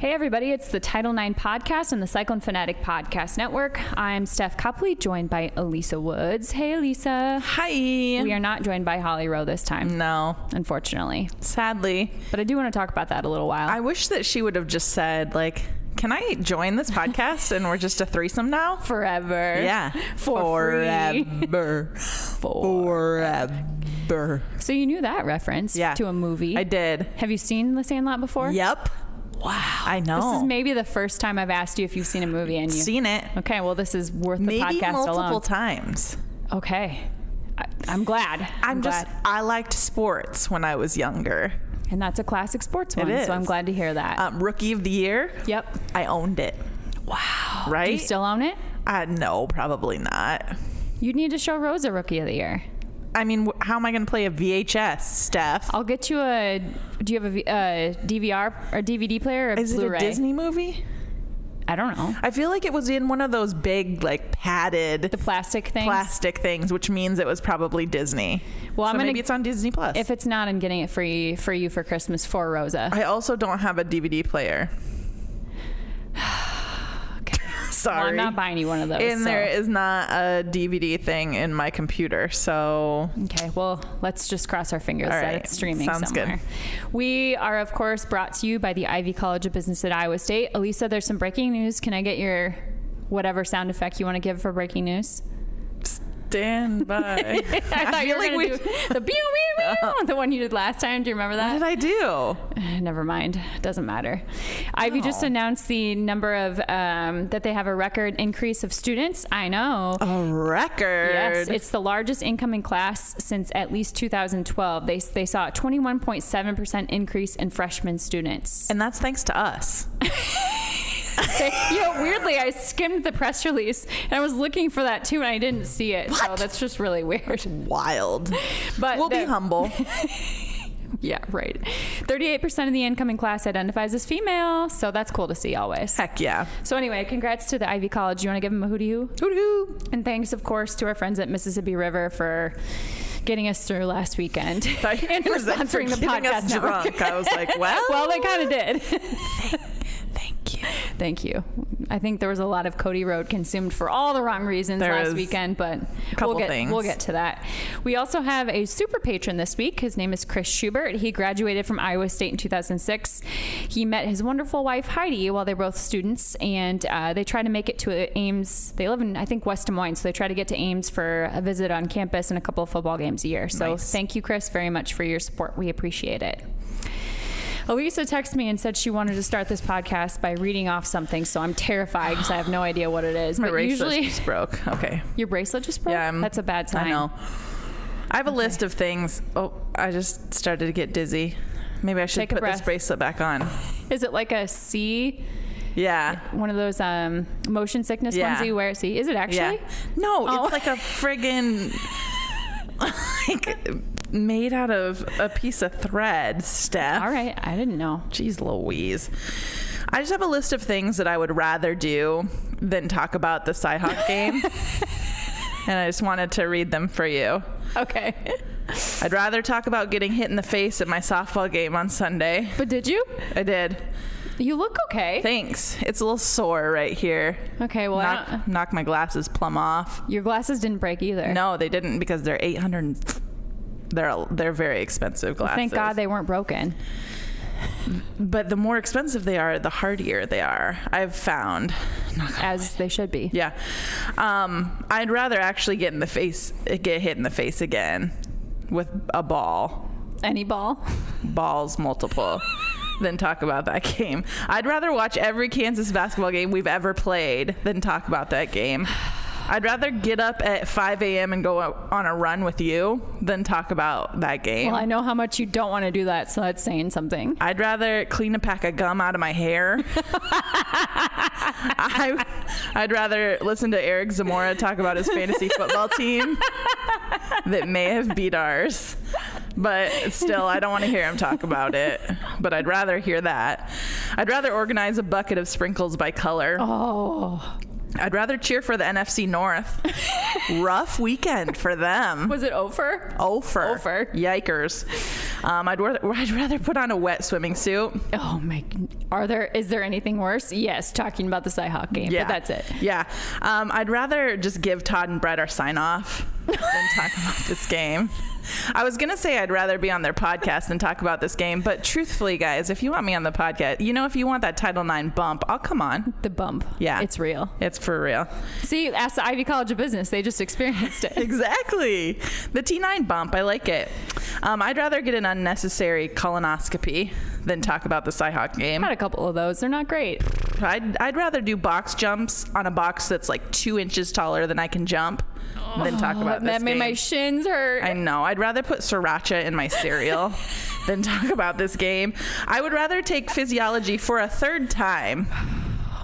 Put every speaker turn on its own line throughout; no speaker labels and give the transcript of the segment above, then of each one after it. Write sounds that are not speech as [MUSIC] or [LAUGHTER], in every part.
Hey, everybody, it's the Title IX podcast and the Cyclone Fanatic Podcast Network. I'm Steph Copley, joined by Elisa Woods. Hey, Elisa.
Hi.
We are not joined by Holly Rowe this time,
no,
unfortunately.
sadly.
But I do want to talk about that a little while.
I wish that she would have just said, like, can I join this podcast and we're just a threesome now?
forever.
Yeah.
For free.
Forever. Forever.
So you knew that reference
Yeah.
to a movie.
I did.
Have you seen The Sandlot before?
Yep. Wow. I know.
This is maybe the first time I've asked you if you've seen a movie and you.
Seen it.
Okay, well, this is worth the
Maybe
podcast
multiple
alone.
times.
okay. I, I'm glad.
I'm, just,
glad.
I liked sports when I was younger.
And that's a classic sports one, so I'm
is.
glad to hear that.
Um, rookie of the year,
yep.
I owned it. Wow. Right?
Do you still own it?
uh, no, probably not.
You need to show Rosa Rookie of the Year.
I mean, wh- how am I going to play a VHS, Steph?
I'll get you a. Do you have a, V- a DVR or DVD player or a
Is it
Blu-ray?
a Disney movie?
I don't know.
I feel like it was in one of those big, like padded
The plastic thing.
plastic things, which means it was probably Disney.
Well,
so
I'm gonna-
maybe it's on Disney Plus.
If it's not, I'm getting it free for you for Christmas for Rosa.
I also don't have a DVD
[SIGHS]
player. [SIGHS]
Well, I'm
Sorry.
not buying you one of those.
and there
so-
is not a DVD thing in my computer, so
Okay, well, let's just cross our fingers
All
that
right,
it's streaming
sounds good.
somewhere. We are, of course, brought to you by the Ivy College of Business at Iowa State. Elisa, there's some breaking news. Can I get your whatever sound effect you want to give for breaking news? [LAUGHS]
stand by.
I thought you were
feel like
going
we- Uh-huh.
to do the pew,
[LAUGHS]
pew, pew, the one you did last time. Do you remember
what
that?
did I do?
[SIGHS] Never mind. Doesn't matter. Ivy just
No.
announced the number of um, that they have a record increase of students. I know.
A record.
Yes, it's the largest incoming class since at least 2012. They, they saw a 21.7% increase in freshman students.
and that's thanks to us.
They, [LAUGHS] you know, weirdly, I skimmed the press release and I was looking for that too, and I didn't see it. So
What?
that's just really weird. [LAUGHS]
[LAUGHS] Wild.
But
We'll be
the- [LAUGHS]
humble.
Yeah, right. 38% of the incoming class identifies as female, so that's cool to see always.
Heck yeah.
So, anyway, congrats to the Ivy College. You want to give them a hootie hoo?
Hoo-hoo.
And thanks, of course, to our friends at Mississippi River for getting us through last weekend
[LAUGHS] Thought you
and for
were saying
sponsoring the
getting
podcast
us
network.
drunk. I was like, well,
[LAUGHS] Well, they kind of did. [LAUGHS]
thank you.
Thank you. I think there was a lot of Cody Road consumed for all the wrong reasons
There
last
was
weekend, but
couple
we'll get
things.
we'll get to that. We also have a super patron this week. His name is Chris Schubert. He graduated from Iowa State in 2006. He met his wonderful wife Heidi while they're both students, and uh, they try to make it to Ames. They live in I think West Des Moines, so they try to get to Ames for a visit on campus and a couple of football games a year. So
Nice.
thank you, Chris, very much for your support. We appreciate it. Elisa texted me and said she wanted to start this podcast by reading off something, so I'm terrified because I have no idea what it is.
My
but
bracelet
usually,
just broke. Okay.
[LAUGHS] your bracelet just broke.
I'm-
that's a bad sign.
I know. I have a list of things. Oh, I just started to get dizzy. Maybe I should
Take a
put this
breath.
bracelet back on.
Is it like a C,
Yeah.
one of those um, motion sickness
Yeah.
ones that you wear at C? Is it
[LAUGHS]
actually?
Yeah. No,
Oh.
it's like
[LAUGHS]
a friggin' [LAUGHS] like made out of a piece of thread, Steph.
All right, I didn't know.
Jeez Louise. I just have a list of things that I would rather do than talk about the Cyhawk game. and I just wanted to read them for you.
Okay,
I'd rather talk about getting hit in the face at my softball game on Sunday.
but did you?
I did.
You look okay.
Thanks. It's a little sore right here.
okay, well, I don't-
knock, knock my glasses plumb off.
your glasses didn't break either.
No, they didn't because they're 800 and- they're they're very expensive glasses.
Thank God they weren't broken.
But the more expensive they are, the hardier they are. I've found. Knock on
As they should be.
Yeah. Um, I'd rather actually get in the face, get hit in the face again with a ball,
Any ball.
balls multiple, than talk about that game. I'd rather watch every Kansas basketball game we've ever played than talk about that game. I'd rather get up at 5 a.m. and go out on a run with you than talk about that game.
Well, I know how much you don't want to do that, so that's saying something.
I'd rather clean a pack of gum out of my hair. I, I'd rather listen to Eric Zamora talk about his fantasy football team that may have beat ours. But still, I don't want to hear him talk about it. But I'd rather hear that. I'd rather organize a bucket of sprinkles by color.
Oh,
I'd rather cheer for the NFC North. Rough weekend for them.
was it over?
Ofer.
Ofer.
Yikers. Um, I'd, wor- I'd rather put on a wet swimming suit.
Oh my! Are there? Is there anything worse? Yes, talking about the Cyhawk game.
Yeah,
But that's it.
Yeah, um, I'd rather just give Todd and Brett our sign off
[LAUGHS]
than talk about this game. I was gonna say I'd rather be on their podcast than talk about this game, but truthfully, guys, if you want me on the podcast, you know, if you want that Title IX bump, I'll come on.
The bump.
Yeah.
it's real.
It's for
[LAUGHS]
real.
See, ask the Ivy College of Business. They just experienced it.
Exactly. The T9 bump. I like it. Um, I'd rather get an unnecessary colonoscopy than talk about the Cyhawk game.
Had a couple of those. They're not great.
I'd, I'd rather do box jumps on a box that's like two inches taller than I can jump than talk about this
Oh, that made
game.
my shins hurt.
I know. I'd rather put sriracha in my cereal than talk about this game. I would rather take physiology for a third time.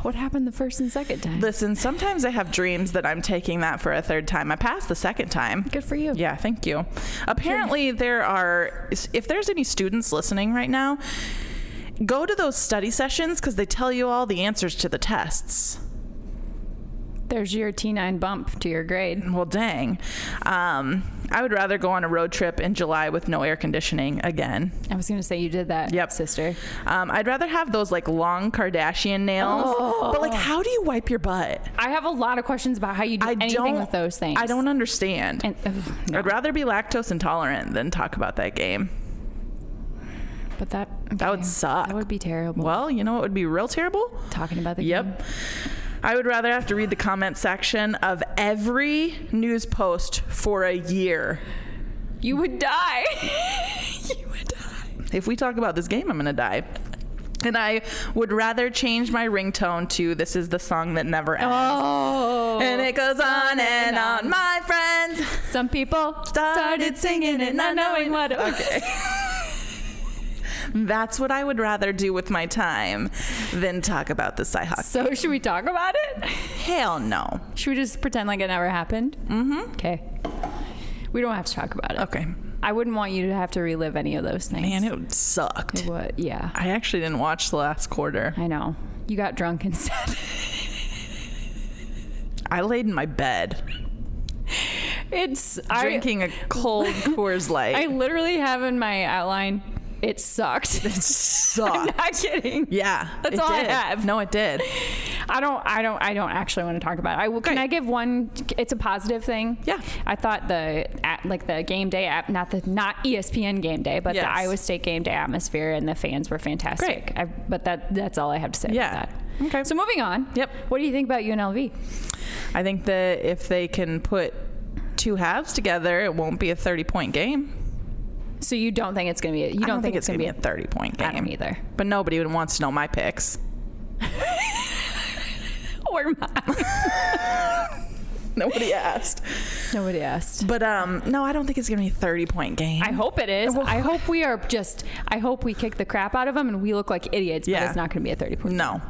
what happened the first and second time?
Listen, sometimes I have dreams that I'm taking that for a third time. I passed the second time.
Good for you.
Yeah, thank you. Apparently, there are, if there's any students listening right now, go to those study sessions because they tell you all the answers to the tests.
There's your T9 bump to your grade.
Well, dang. Um, I would rather go on a road trip in July with no air conditioning again.
I was going to say you did that,
Yep.
sister.
Um, I'd rather have those like long Kardashian nails. But
Oh.
like, how do you wipe your butt?
I have a lot of questions about how you do
I
anything
don't.
with those things.
I don't understand.
And, ugh, no.
I'd rather be lactose intolerant than talk about that game.
But that
That would
okay.
suck.
That would be terrible.
Well, you know what would be real terrible?
Talking about the game.
Yep. I would rather have to read the comment section of every news post for a year.
You would die. [LAUGHS] you would die.
If we talk about this game, I'm going to die. And I would rather change my ringtone to This is the song that never ends.
Oh.
And it goes on and on. My friends
Some people
started singing it, not knowing what it was. Okay. That's what I would rather do with my time than talk about the
[LAUGHS]
Cyhawk.
So should we talk about it?
Hell no.
Should we just pretend like it never happened? Mm-hmm. Okay. We don't have to talk about it.
Okay.
I wouldn't want you to have to relive any of those things.
Man, it sucked.
What? Yeah.
I actually didn't watch the last quarter.
I know. You got drunk
[LAUGHS]
instead.
I laid in my bed
it's I,
drinking a
[LAUGHS]
cold Coors Light.
I literally have in my outline. It sucked. [LAUGHS]
it sucked.
Not kidding.
Yeah,
That's
it
all I
did.
have.
No, it did.
I don't. I don't. I don't actually want to talk about it. I will. Can
Great.
I give one? It's a positive thing.
Yeah.
I thought the at, like the game day app, not the not E ESPN game day, but
Yes.
the Iowa State game day atmosphere and the fans were fantastic.
Great.
I, but that that's all I have to say.
Yeah.
About that.
Okay.
So moving on.
Yep.
What do you think about UNLV?
I think that if they can put two halves together, it won't be a 30 point game.
So you don't think it's going to be? A, you
I
don't, think, it's going to be?
a 30 point game
I don't either.
But nobody even wants to know my picks.
A, or mine.
Nobody asked.
Nobody asked.
But um, no, I don't think it's going to be a 30 point game.
I hope it is. I hope we are just. I hope we kick the crap out of them and we look like idiots. But
Yeah.
it's not going to be a thirty point.
no.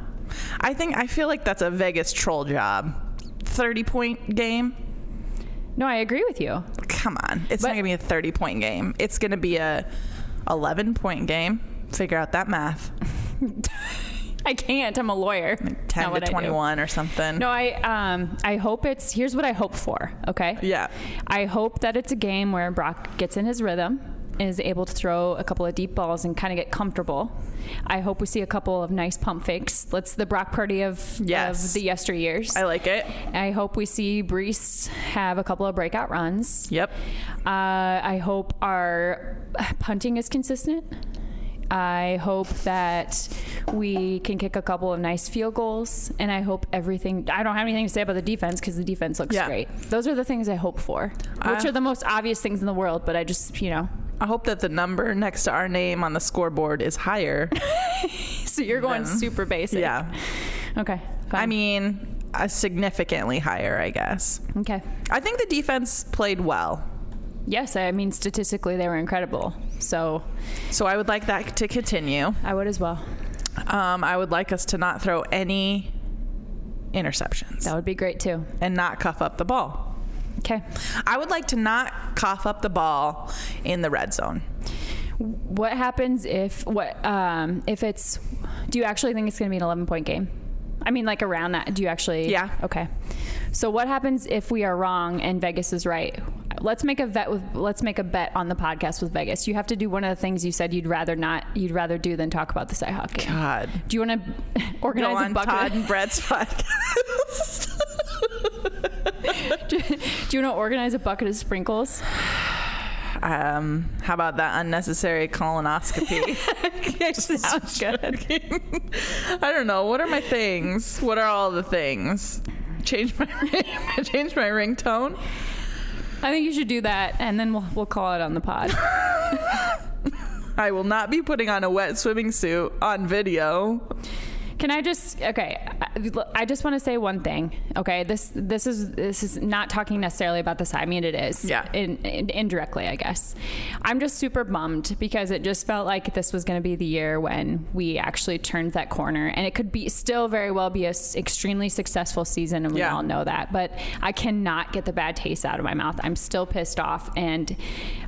I think I feel like that's a Vegas troll job. 30 point game?
No, I agree with you.
Come on. It's
But-
not going to be a 30 point game. It's going to be a 11 point game. Figure out that math.
I can't. I'm a lawyer. It's not
10 to
what I do.
21 or something.
No, I um I hope it's here's what I hope for. Okay.
Yeah.
I hope that it's a game where Brock gets in his rhythm and is able to throw a couple of deep balls and kind of get comfortable. I hope we see a couple of nice pump fakes. Let's the Brock Purdy of,
Yes.
of the yesteryears.
I like it.
I hope we see Brees have a couple of breakout runs.
Yep.
Uh, I hope our punting is consistent. I hope that we can kick a couple of nice field goals, and I hope everything. I don't have anything to say about the defense because the defense looks
Yeah.
great. Those are the things I hope for, which
I-
are the most obvious things in the world. But I just, you know, [LAUGHS]
I hope that the number next to our name on the scoreboard is higher.
[LAUGHS] so you're going super basic.
yeah.
Okay. Fine.
I mean, uh, significantly higher, I guess.
okay.
I think the defense played well.
Yes, I mean statistically they were incredible. So
So I would like that to continue.
I would as well.
Um, I would like us to not throw any interceptions
That would be great too.
and not cuff up the ball.
Okay.
I would like to not cough up the ball in the red zone.
What happens if what um if it's do you actually think it's going to be an 11 point game? I mean like around that do you actually
Yeah.
Okay. So what happens if we are wrong and Vegas is right? let's make a vet with let's make a bet on the podcast with Vegas. You have to do one of the things you said you'd rather not you'd rather do than talk about the Seahawks game.
God.
Do you want to
Go
[LAUGHS] organize a
on Todd
bucket?
and Brett's podcast.
do you want to organize a bucket of
[LAUGHS]
sprinkles?
um, how about that unnecessary colonoscopy?
[LAUGHS] Sounds good.
I don't know. What are my things? What are all the things? Change my [LAUGHS] change my ringtone.
I think you should do that, and then we'll we'll call it on the pod.
I will not be putting on a wet swimming suit on video.
Can I just okay? I, I just want to say one thing. Okay, this this is this is not talking necessarily about this. I mean, it is.
Yeah.
In, in, indirectly, I guess. I'm just super bummed because it just felt like this was going to be the year when we actually turned that corner, and it could be still very well be a s- extremely successful season, and we
Yeah.
all know that. But I cannot get the bad taste out of my mouth. I'm still pissed off, and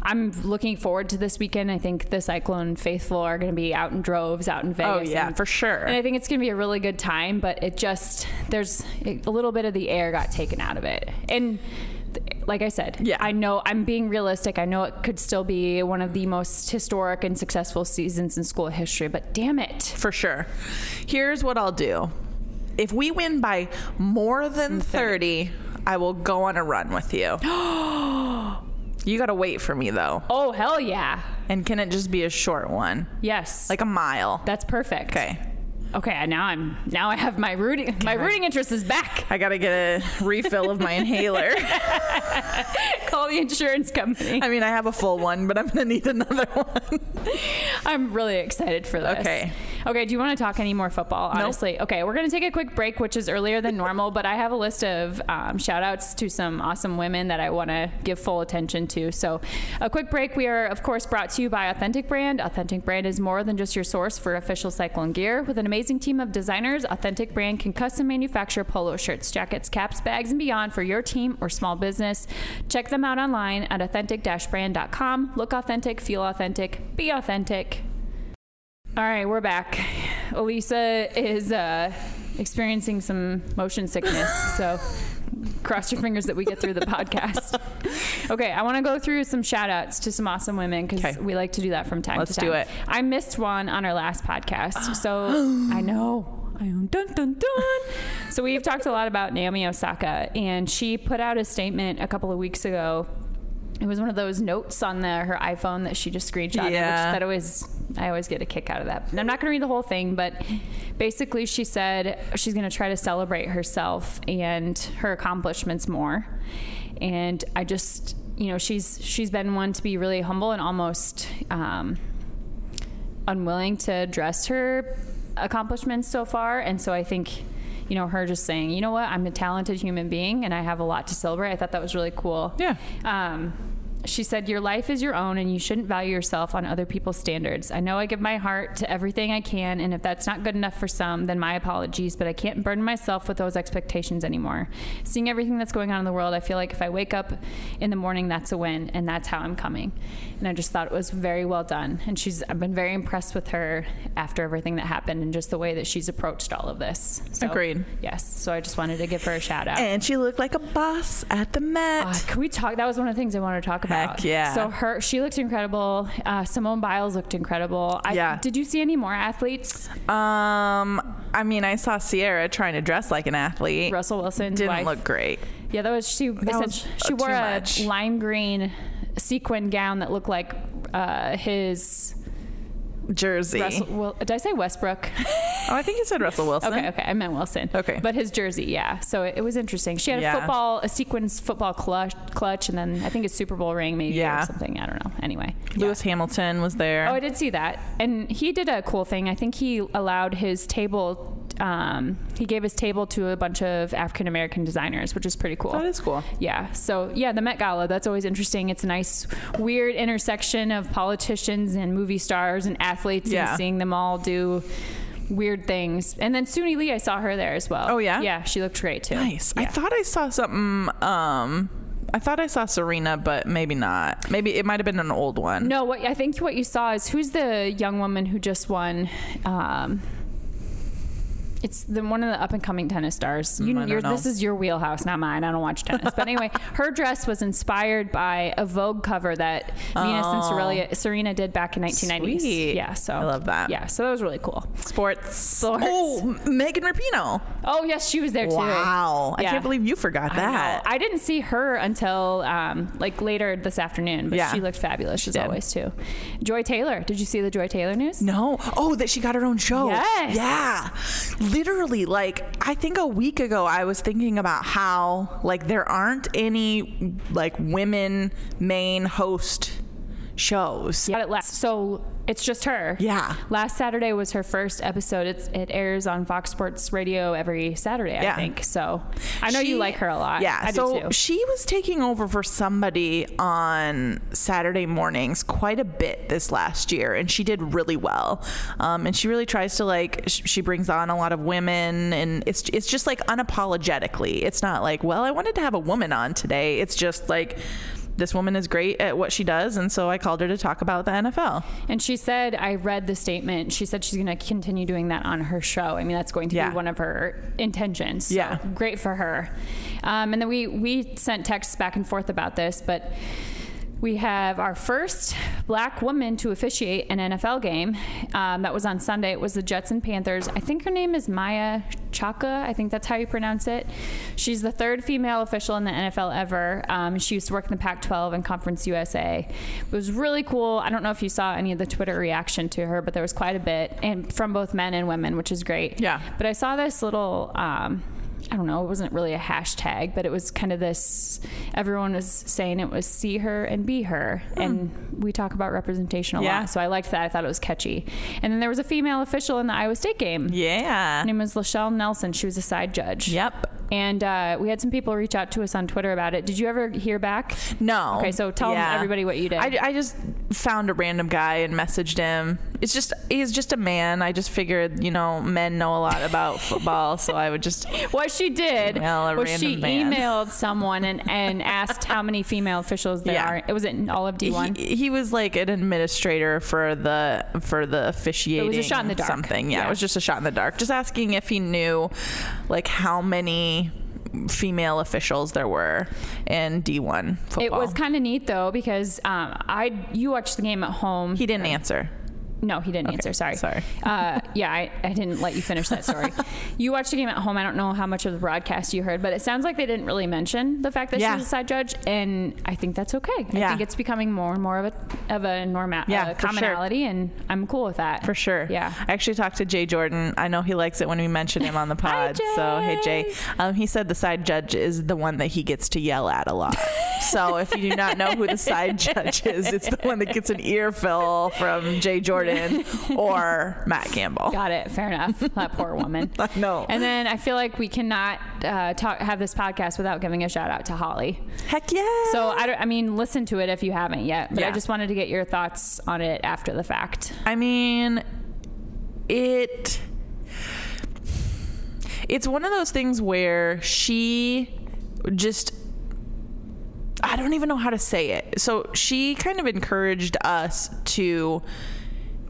I'm looking forward to this weekend. I think the Cyclone faithful are going to be out in droves, out in Vegas.
Oh yeah,
and-
for sure.
and I think it's going to be a really good time, but it just, there's a little bit of the air got taken out of it. And th- like I said,
Yeah.
I know I'm being realistic. I know it could still be one of the most historic and successful seasons in school history, but damn it.
for sure. Here's what I'll do. If we win by more than 30, I will go on a run with [GASPS] you. you got to wait for me though.
Oh, hell yeah.
And can it just be a short one?
Yes.
Like a mile.
that's perfect.
Okay.
Okay. Now I'm, now I have my rooting, my rooting interest is back. [LAUGHS]
I got to get a refill of my inhaler. [LAUGHS]
Call the insurance company.
I mean, I have a full one, but I'm going to need another one.
I'm really excited for this.
Okay.
Okay. Do you want to talk any more football? Honestly. Okay. We're going to take a quick break, which is earlier than normal, but I have a list of um, shout outs to some awesome women that I want to give full attention to. So, a quick break. We are, of course, brought to you by Authentic Brand. Authentic Brand is more than just your source for official cyclone gear. With an amazing team of designers, Authentic Brand can custom manufacture polo shirts, jackets, caps, bags, and beyond for your team or small business. Check them out online at authentic brand.com. Look authentic, feel authentic, be authentic. All right, we're back. Elisa is uh, experiencing some motion sickness, so cross your fingers that we get through the podcast. Okay, I want to go through some shout outs to some awesome women because
Okay.
we like to do that from time
Let's
to time.
do it.
I missed one on our last podcast, so I know. I am dun dun dun. so we've talked a lot about Naomi Osaka, and she put out a statement a couple of weeks ago. It was one of those notes on the, her iPhone that she just screenshotted,
Yeah.
which that always I always get a kick out of that. And I'm not going to read the whole thing, but basically she said she's going to try to celebrate herself and her accomplishments more. And I just, you know, she's she's been one to be really humble and almost um, unwilling to address her accomplishments so far. And so I think, you know, her just saying, you know what, I'm a talented human being and I have a lot to celebrate. I thought that was really cool.
Yeah.
Um, she said, Your life is your own and you shouldn't value yourself on other people's standards. I know I give my heart to everything I can, and if that's not good enough for some, then my apologies, but I can't burden myself with those expectations anymore. Seeing everything that's going on in the world, I feel like if I wake up in the morning, that's a win, and that's how I'm coming. And I just thought it was very well done. And she's, I've been very impressed with her after everything that happened and just the way that she's approached all of this. So,
Agreed.
Yes. So I just wanted to give her a shout out.
And she looked like a boss at the Met.
Ah, can we talk? That was one of the things I wanted to talk about.
Heck yeah.
So her, she looked incredible. Uh, Simone Biles looked incredible. I,
Yeah.
Did you see any more athletes?
Um, I mean, I saw Sierra trying to dress like an athlete.
Russell Wilson
Didn't
wife.
look great.
Yeah, that was she. they
That
said
was,
she
uh,
wore
too
a
much.
lime green sequin gown that looked like uh, his.
Jersey.
Russell, well, did I say
[LAUGHS]
Westbrook?
Oh, I think you said Russell Wilson.
Okay, okay, I meant Wilson.
Okay.
but his jersey, yeah. So it, it was interesting. She had
Yeah.
a football, a sequins football clutch, clutch, and then I think a Super Bowl ring, maybe
Yeah.
or something. I don't know. Anyway, Yeah.
Lewis Hamilton was there.
Oh, I did see that. And he did a cool thing. I think he allowed his table, um, he gave his table to a bunch of African American designers, which is pretty cool.
that is cool.
yeah. So, yeah, the Met Gala, that's always interesting. It's a nice, weird intersection of politicians and movie stars and athletes
Yeah.
and seeing them all do weird things. And then Suni Lee, I saw her there as well.
Oh, yeah?
Yeah, she looked great too.
Nice. I
Yeah.
thought I saw something. Um, I thought I saw Serena, but maybe not. Maybe it might have been an old one.
No, what I think what you saw is who's the young woman who just won um, It's the one of the up and coming tennis stars.
Mm, I
You,
don't
you're,
know.
this is your wheelhouse, not mine. I don't watch tennis,
[LAUGHS]
but anyway, her dress was inspired by a Vogue cover that Venus and
Oh.
Serena, Serena did back in 1990s.
Sweet.
Yeah, so
I love that.
Yeah, so that was really cool.
Sports.
Sports.
Oh, Megan Rapino.
Oh yes, she was there too.
Wow. I
Yeah.
can't believe you forgot
I know.
that.
I, didn't see her until um, like later this afternoon, but
Yeah.
she looked fabulous as
did.
always too. Joy Taylor, did you see the Joy Taylor news?
No. Oh, that she got her own show.
Yes.
Yeah. Literally, like I think a week ago I was thinking about how like there aren't any like women main host shows.
Got it last. So it's just her.
Yeah.
Last Saturday was her first episode. It's, it airs on Fox Sports Radio every Saturday, I
Yeah.
think. So I know you
She-
like her a lot.
Yeah.
I
so
do too.
she was taking over for somebody on Saturday mornings quite a bit this last year, and she did really well. Um, and she really tries to like sh- she brings on a lot of women, and it's it's just like unapologetically. It's not like well, I wanted to have a woman on today. It's just like. This woman is great at what she does, and so I called her to talk about the NFL.
And she said, I read the statement. She said she's going to continue doing that on her show. I mean, that's going to
Yeah.
be one of her intentions. So
Yeah.
Great for her. Um, and then we, we sent texts back and forth about this, but we have our first black woman to officiate an NFL game. Um, that was on Sunday. It was the Jets and Panthers. I think her name is Maya Chaka. I think that's how you pronounce it. She's the third female official in the NFL ever. Um, she used to work in the Pac 12 and Conference USA. It was really cool. I don't know if you saw any of the Twitter reaction to her, but there was quite a bit, and from both men and women, which is great.
Yeah.
But I saw this little. Um, I don't know. It wasn't really a hashtag, but it was kind of this. Everyone was saying it was "see her and be her," and we talk about representation a
Hmm. Yeah.
lot. So I liked that. I thought it was catchy. And then there was a female official in the Iowa State game. Her
Yeah.
name was Lachelle Nelson. She was a side judge.
Yep.
And uh, we had some people reach out to us on Twitter about it. Did you ever hear
[LAUGHS]
back?
No.
Okay, so tell 'em, everybody what you did.
I, I just found a random guy and messaged him. It's just he's just a man. I just figured you know men know a lot about [LAUGHS] football, so I
[LAUGHS]
would just
What she did
Email a
was she
random man.
emailed someone and, and asked how many female officials there
Yeah.
are. It was in all of
he,
D1.
he was like an administrator for the for the officiating.
shot in the dark.
Something. Yeah,
Yeah.
it was just a shot in the dark. Just asking if he knew like how many female officials there were in D1 football.
It was kind of neat though because um, I you watched the game at home.
he didn't answer.
no, he didn't answer. Sorry,
sorry.
Uh, yeah, I, I didn't let you finish that story.
[LAUGHS]
you watched the game at home. I don't know how much of the broadcast you heard, but it sounds like they didn't really mention the fact that
Yeah.
she was a side judge, and I think that's okay. I
Yeah.
think it's becoming more and more of a of a norma-
Yeah,
uh,
for sure.
commonality, and I'm cool with that
For sure.
Yeah.
I actually talked to Jay Jordan. I know he likes it when we mention him on the
[LAUGHS] Hi,
pod. so hey Jay.
Jay.
Um, he said the side judge is the one that he gets to yell at a lot. so if you do not know who
[LAUGHS]
the side judge is, it's the one that gets an earful from Jay Jordan or Matt Campbell.
Got it. Fair
[LAUGHS]
enough. That poor woman.
I know.
And then I feel like we cannot uh, talk have this podcast without giving a shout out to Holly.
Heck yeah.
So I, don't- I mean, listen to it if you haven't yet. But I
Yeah.
just wanted to get your thoughts on it after the fact.
I mean, it. It's one of those things where she just. I don't even know how to say it. So she kind of encouraged us to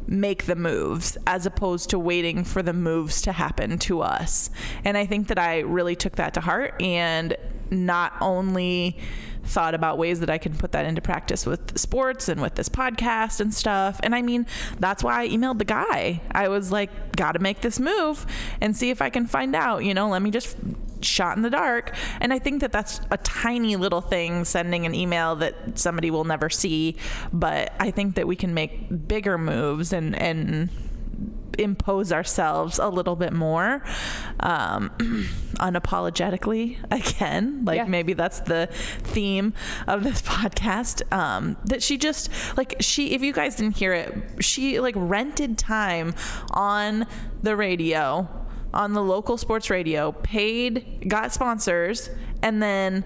make the moves as opposed to waiting for the moves to happen to us. And I think that I really took that to heart and not only thought about ways that I can put that into practice with sports and with this podcast and stuff. And I mean, that's why I emailed the guy. I was like, got to make this move and see if I can find out, you know, let me just shot in the dark. And I think that that's a tiny little thing, sending an email that somebody will never see. But I think that we can make bigger moves and and impose ourselves a little bit more um, [CLEARS THROAT] unapologetically again like
Yeah.
maybe that's the theme of this [LAUGHS] podcast um, that she just like she if you guys didn't hear it she like rented time on the radio on the local sports radio paid got sponsors and then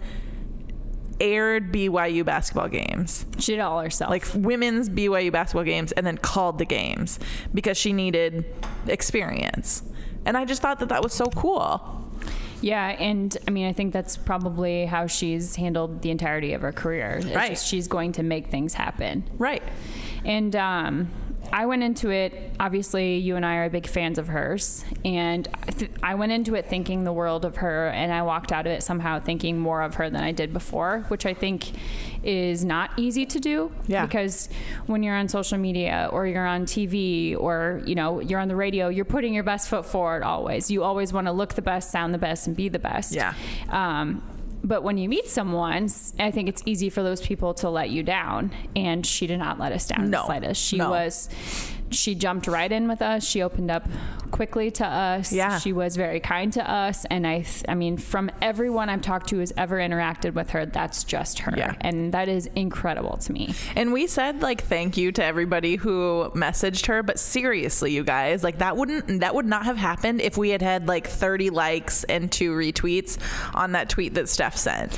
aired BYU basketball games
She did it all herself.
like women's BYU basketball games and then called the games because she needed experience. And I just thought that that was so cool.
yeah, and I mean, I think that's probably how she's handled the entirety of her career. It's
Right.
just she's going to make things happen.
Right.
And um, I went into it, obviously, you and I are big fans of hers. And I th- I went into it thinking the world of her, and I walked out of it somehow thinking more of her than I did before, which I think is not easy to do.
Yeah.
Because when you're on social media or you're on TV or, you know, you're on the radio, you're putting your best foot forward always. You always want to look the best, sound the best, and be the best.
Yeah.
Um, but when you meet someone, s- I think it's easy for those people to let you down. And she did not let us down in the
No.
slightest. She
No.
was, she jumped right in with us. She opened up quickly to us.
Yeah.
She was very kind to us. And I, th- I mean, from everyone I've talked to who's ever interacted with her, that's just her.
Yeah.
And that is incredible to me.
And we said like thank you to everybody who messaged her, but seriously, you guys, like that wouldn't that would not have happened if we had had like 30 likes and two retweets on that tweet that Steph sent.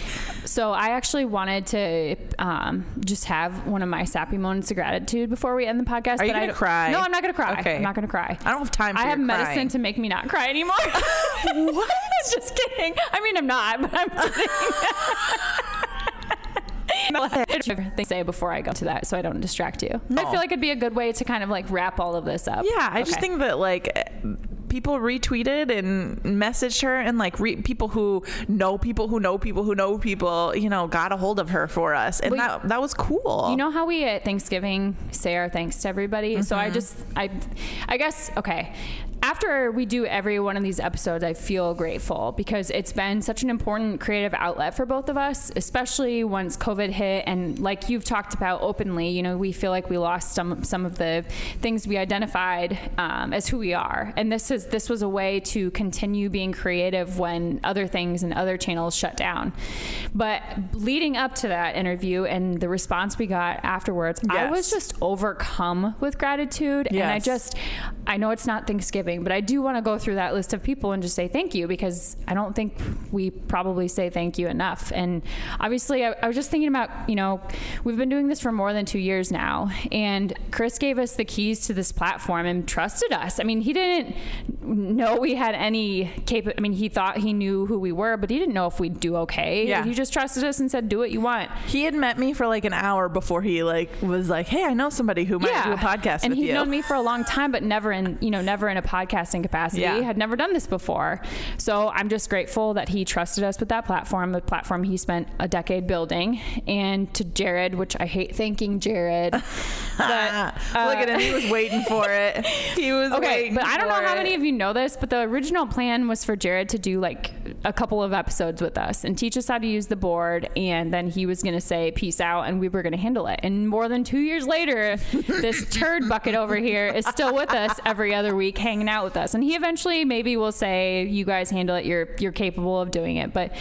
So I actually wanted to um, just have one of my sappy moments of gratitude before we end the podcast.
Are
but
you
I
gonna
don't-
cry?
No, I'm not gonna cry.
Okay.
I'm not gonna cry.
I don't have time for
I
your
have medicine
crying.
to make me not cry
[LAUGHS]
anymore. [LAUGHS] what? just kidding. I mean, I'm not, but I'm [LAUGHS] kidding. They say before I go to that, so I don't distract you. I
No.
feel like it'd be a good way to kind of like wrap all of this up.
Yeah, I just
Okay.
think that like eh, people retweeted and messaged her, and like re- people who know people who know people who know people, you know, got a hold of her for us, and
Well,
that that was cool.
You know how we at Thanksgiving say our thanks to everybody? So I just I I guess okay. After we do every one of these episodes, I feel grateful because it's been such an important creative outlet for both of us, especially once COVID hit and like you've talked about openly, you know, we feel like we lost some some of the things we identified um, as who we are. And this is this was a way to continue being creative when other things and other channels shut down. But leading up to that interview and the response we got afterwards, I
Yes.
was just overcome with gratitude. And I
Yes.
just, I know it's not Thanksgiving, but I do want to go through that list of people and just say thank you because I don't think we probably say thank you enough. And obviously, I, I was just thinking about, you know, we've been doing this for more than two years now. And Chris gave us the keys to this platform and trusted us. I mean, he didn't know we had any cap. I mean, he thought he knew who we were, but he didn't know if we'd do okay.
Yeah.
He just trusted us and said, do what you want.
he had met me for like an hour before he like was like, "Hey, I know somebody who might do a podcast
and
with
he'd
you."
known me for a long time but never in you know never in a podcasting capacity
Yeah.
had never done this before so i'm just grateful that he trusted us with that platform a platform he spent a decade building and to jared which i hate thanking
[LAUGHS]
jared [LAUGHS] but
Look at him. He was waiting for it. uh, [LAUGHS] He was
Okay,
waiting
but I don't know
for
how
it.
many of you know this, but the original plan was for Jared to do like a couple of episodes with us and teach us how to use the board, and then he was going to say peace out, and we were going to handle it. And more than two years later, this turd bucket over here is still with us every other week, hanging out with us. And he eventually maybe will say, "You guys handle it. You're you're capable of doing it." But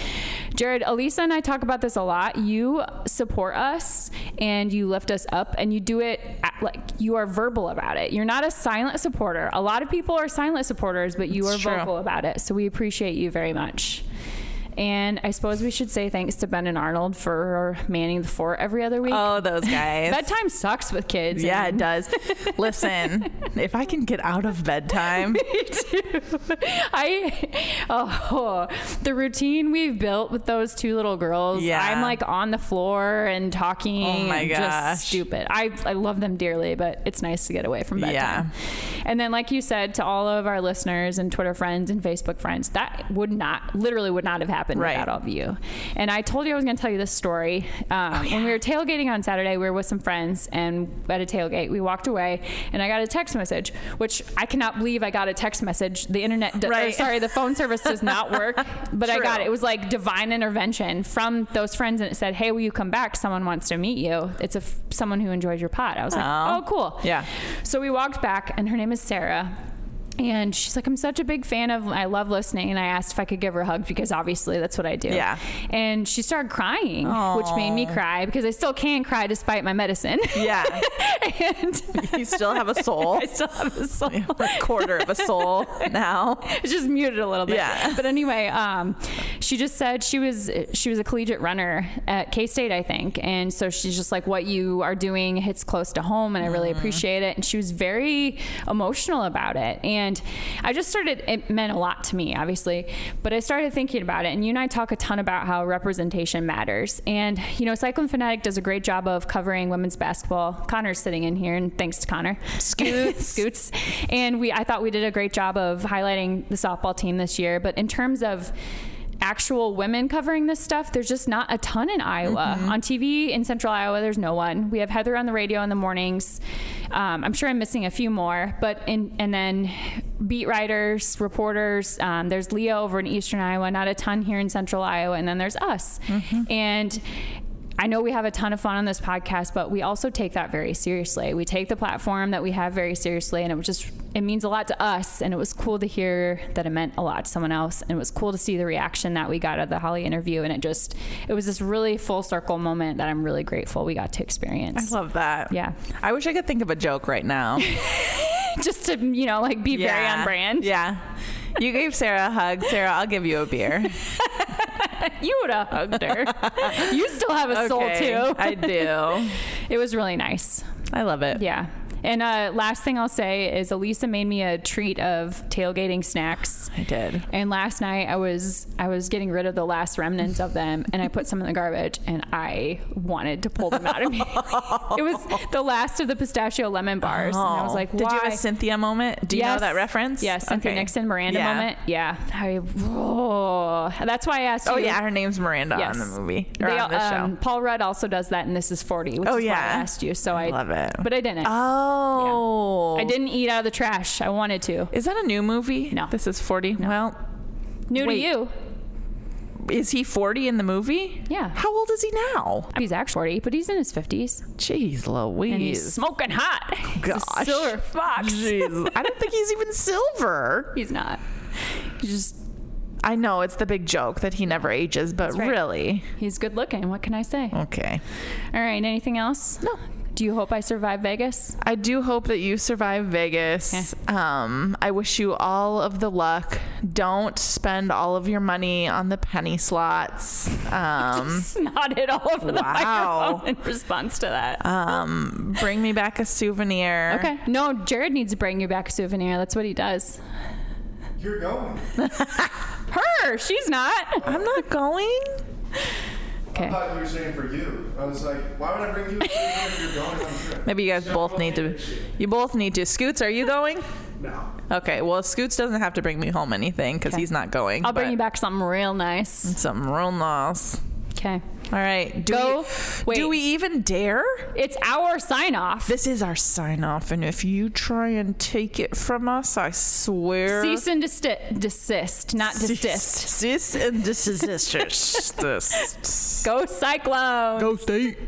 Jared, Elisa, and I talk about this a lot. You support us and you lift us up, and you do it at, like you are verbal about it. You're not a silent supporter. A lot of people are silent supporters, but you
It's
are
true.
vocal about it. So we appreciate you very much. And I suppose we should say thanks to Ben and Arnold for manning the fort every other week.
Oh, those guys.
Bedtime sucks with kids.
yeah, it
and- [LAUGHS]
does. Listen, if I can get out
[LAUGHS]
of bedtime,
I oh the routine we've built with those two little girls.
Yeah.
I'm like on the floor and talking.
Oh my
and
gosh.
just stupid. I I love them dearly, but it's nice to get away from bedtime. And then, like you said, to all of our listeners and Twitter friends and Facebook friends, that would not literally would not have happened
Right.
without all of you. And I told you I was going to tell you this story. Um,
Oh,
When we were tailgating on Saturday, we were with some friends and at a tailgate, we walked away and I got a text message, which I cannot believe I got a text message. The internet, d- or
[LAUGHS] Right.
sorry, the phone service does not work, but I
True.
got it. It was like divine intervention from those friends and it said, Hey, will you come back? Someone wants to meet you. It's a f- someone who enjoyed your pod. I was like,
Oh.
Oh, cool.
Yeah.
So we walked back, and her name is Sarah. And she's like, I'm such a big fan of, I love listening. And I asked if I could give her a hug because obviously that's what I do.
Yeah.
And she started crying, which made me cry because I still can cry despite my medicine. [LAUGHS]
yeah,
and
[LAUGHS] you still have a soul.
[LAUGHS] I still have a soul.
[LAUGHS] A quarter of
[LAUGHS]
a soul now.
it's just muted a little bit.
Yeah.
But anyway, um, she just said she was she was a collegiate runner at K State, I think, and so she's just like, "What you are doing hits close to home, and I really appreciate it." And she was very emotional about it, and And I just started, it meant a lot to me, obviously, but I started thinking about it. And you and I talk a ton about how representation matters. And, you know, Cycling Fanatic does a great job of covering women's basketball. Connor's sitting in here, and thanks to Connor. Scoots. [LAUGHS] Scoots. And we, I thought we did a great job of highlighting the softball team this year. But in terms of, actual women covering this stuff, there's just not a ton in Iowa. On TV in central Iowa, there's no one. We have Heather on the radio in the mornings. Um, I'm sure I'm missing a few more, but in, and then beat writers, reporters, um, there's Leah over in eastern Iowa, not a ton here in central Iowa, and then there's us. And I know we have a ton of fun on this podcast, but we also take that very seriously. We take the platform that we have very seriously, and it was just it means a lot to us. And it was cool to hear that it meant a lot to someone else, and it was cool to see the reaction that we got at the Holly interview. And it just it was this really full circle moment that I'm really grateful we got to
I
experience.
love that.
Yeah.
I wish I could think of a joke right now.
[LAUGHS] just to you know like be very on brand.
Yeah. You gave Sarah a hug. Sarah, I'll give you a beer.
You would have hugged
[LAUGHS]
her. you still have [LAUGHS] a soul too.
I do.
[LAUGHS] it was really nice.
I love it.
Yeah. And uh, last thing I'll say is Elisa made me a treat of tailgating snacks.
I did.
And last night I was I was getting rid of the last remnants of them, and I put some in the garbage, and I wanted to pull them out of me. [LAUGHS] it was the last of the pistachio lemon bars, and I was like,
Oh. did
"Why?"
you have a Cynthia moment? Do you know
Yes.
that reference?
Yes, Cynthia
Okay.
Nixon Miranda
Yeah.
moment. Yeah, I. Oh, that's why I asked.
Oh
you.
yeah, her name's Miranda
Yes.
on the movie or
They
on
all-
the
um, Paul Rudd also does that in This Is Forty, which
Oh,
is why
yeah.
I asked you. So I,
show. Love it.
but I didn't.
oh,
I didn't eat out of the trash. I wanted to.
Is that a new movie?
No.
This is forty. Well,
New
Wait.
to you.
is he forty in the movie?
Yeah.
How old is he now?
He's actually 40, but he's in his 50s.
Jeez, Louise.
And he's smoking hot. He's a
Gosh.
silver fox. [LAUGHS]
Jeez. I don't think he's even silver.
He's not. He's just,
I know it's the big joke that he never ages, but
right.
really,
he's good looking. What can I say?
okay.
All right, anything else?
No.
Do you hope I survive Vegas?
I do hope that you survive Vegas. Um, I wish you all of the luck. Don't spend all of your money on the penny slots.
[LAUGHS]
Um,
Nodded all over the
Wow.
microphone in response to that.
um, bring me back a souvenir.
okay. No, Jared needs to bring you back a souvenir. That's what he does.
You're going.
Her, she's not.
I'm not going.
I
Okay.
thought you were saying for you. I was like, why would I bring you a souvenir if you're going on a trip?
Maybe you guys both need to. You both need to. Scoots, are you going?
No.
Okay. Well, Scoots doesn't have to bring me home anything because
Okay.
he's not going.
I'll bring
but
you back something real nice.
Something real nice.
Okay.
All right. Do
Go-
We,
wait.
do we even dare?
It's our sign off.
This is our sign off, and if you try and take it from us, I swear.
Cease and desti- desist,
[LAUGHS]
not desist.
Cease and desist.
Go Cyclones!
Go state.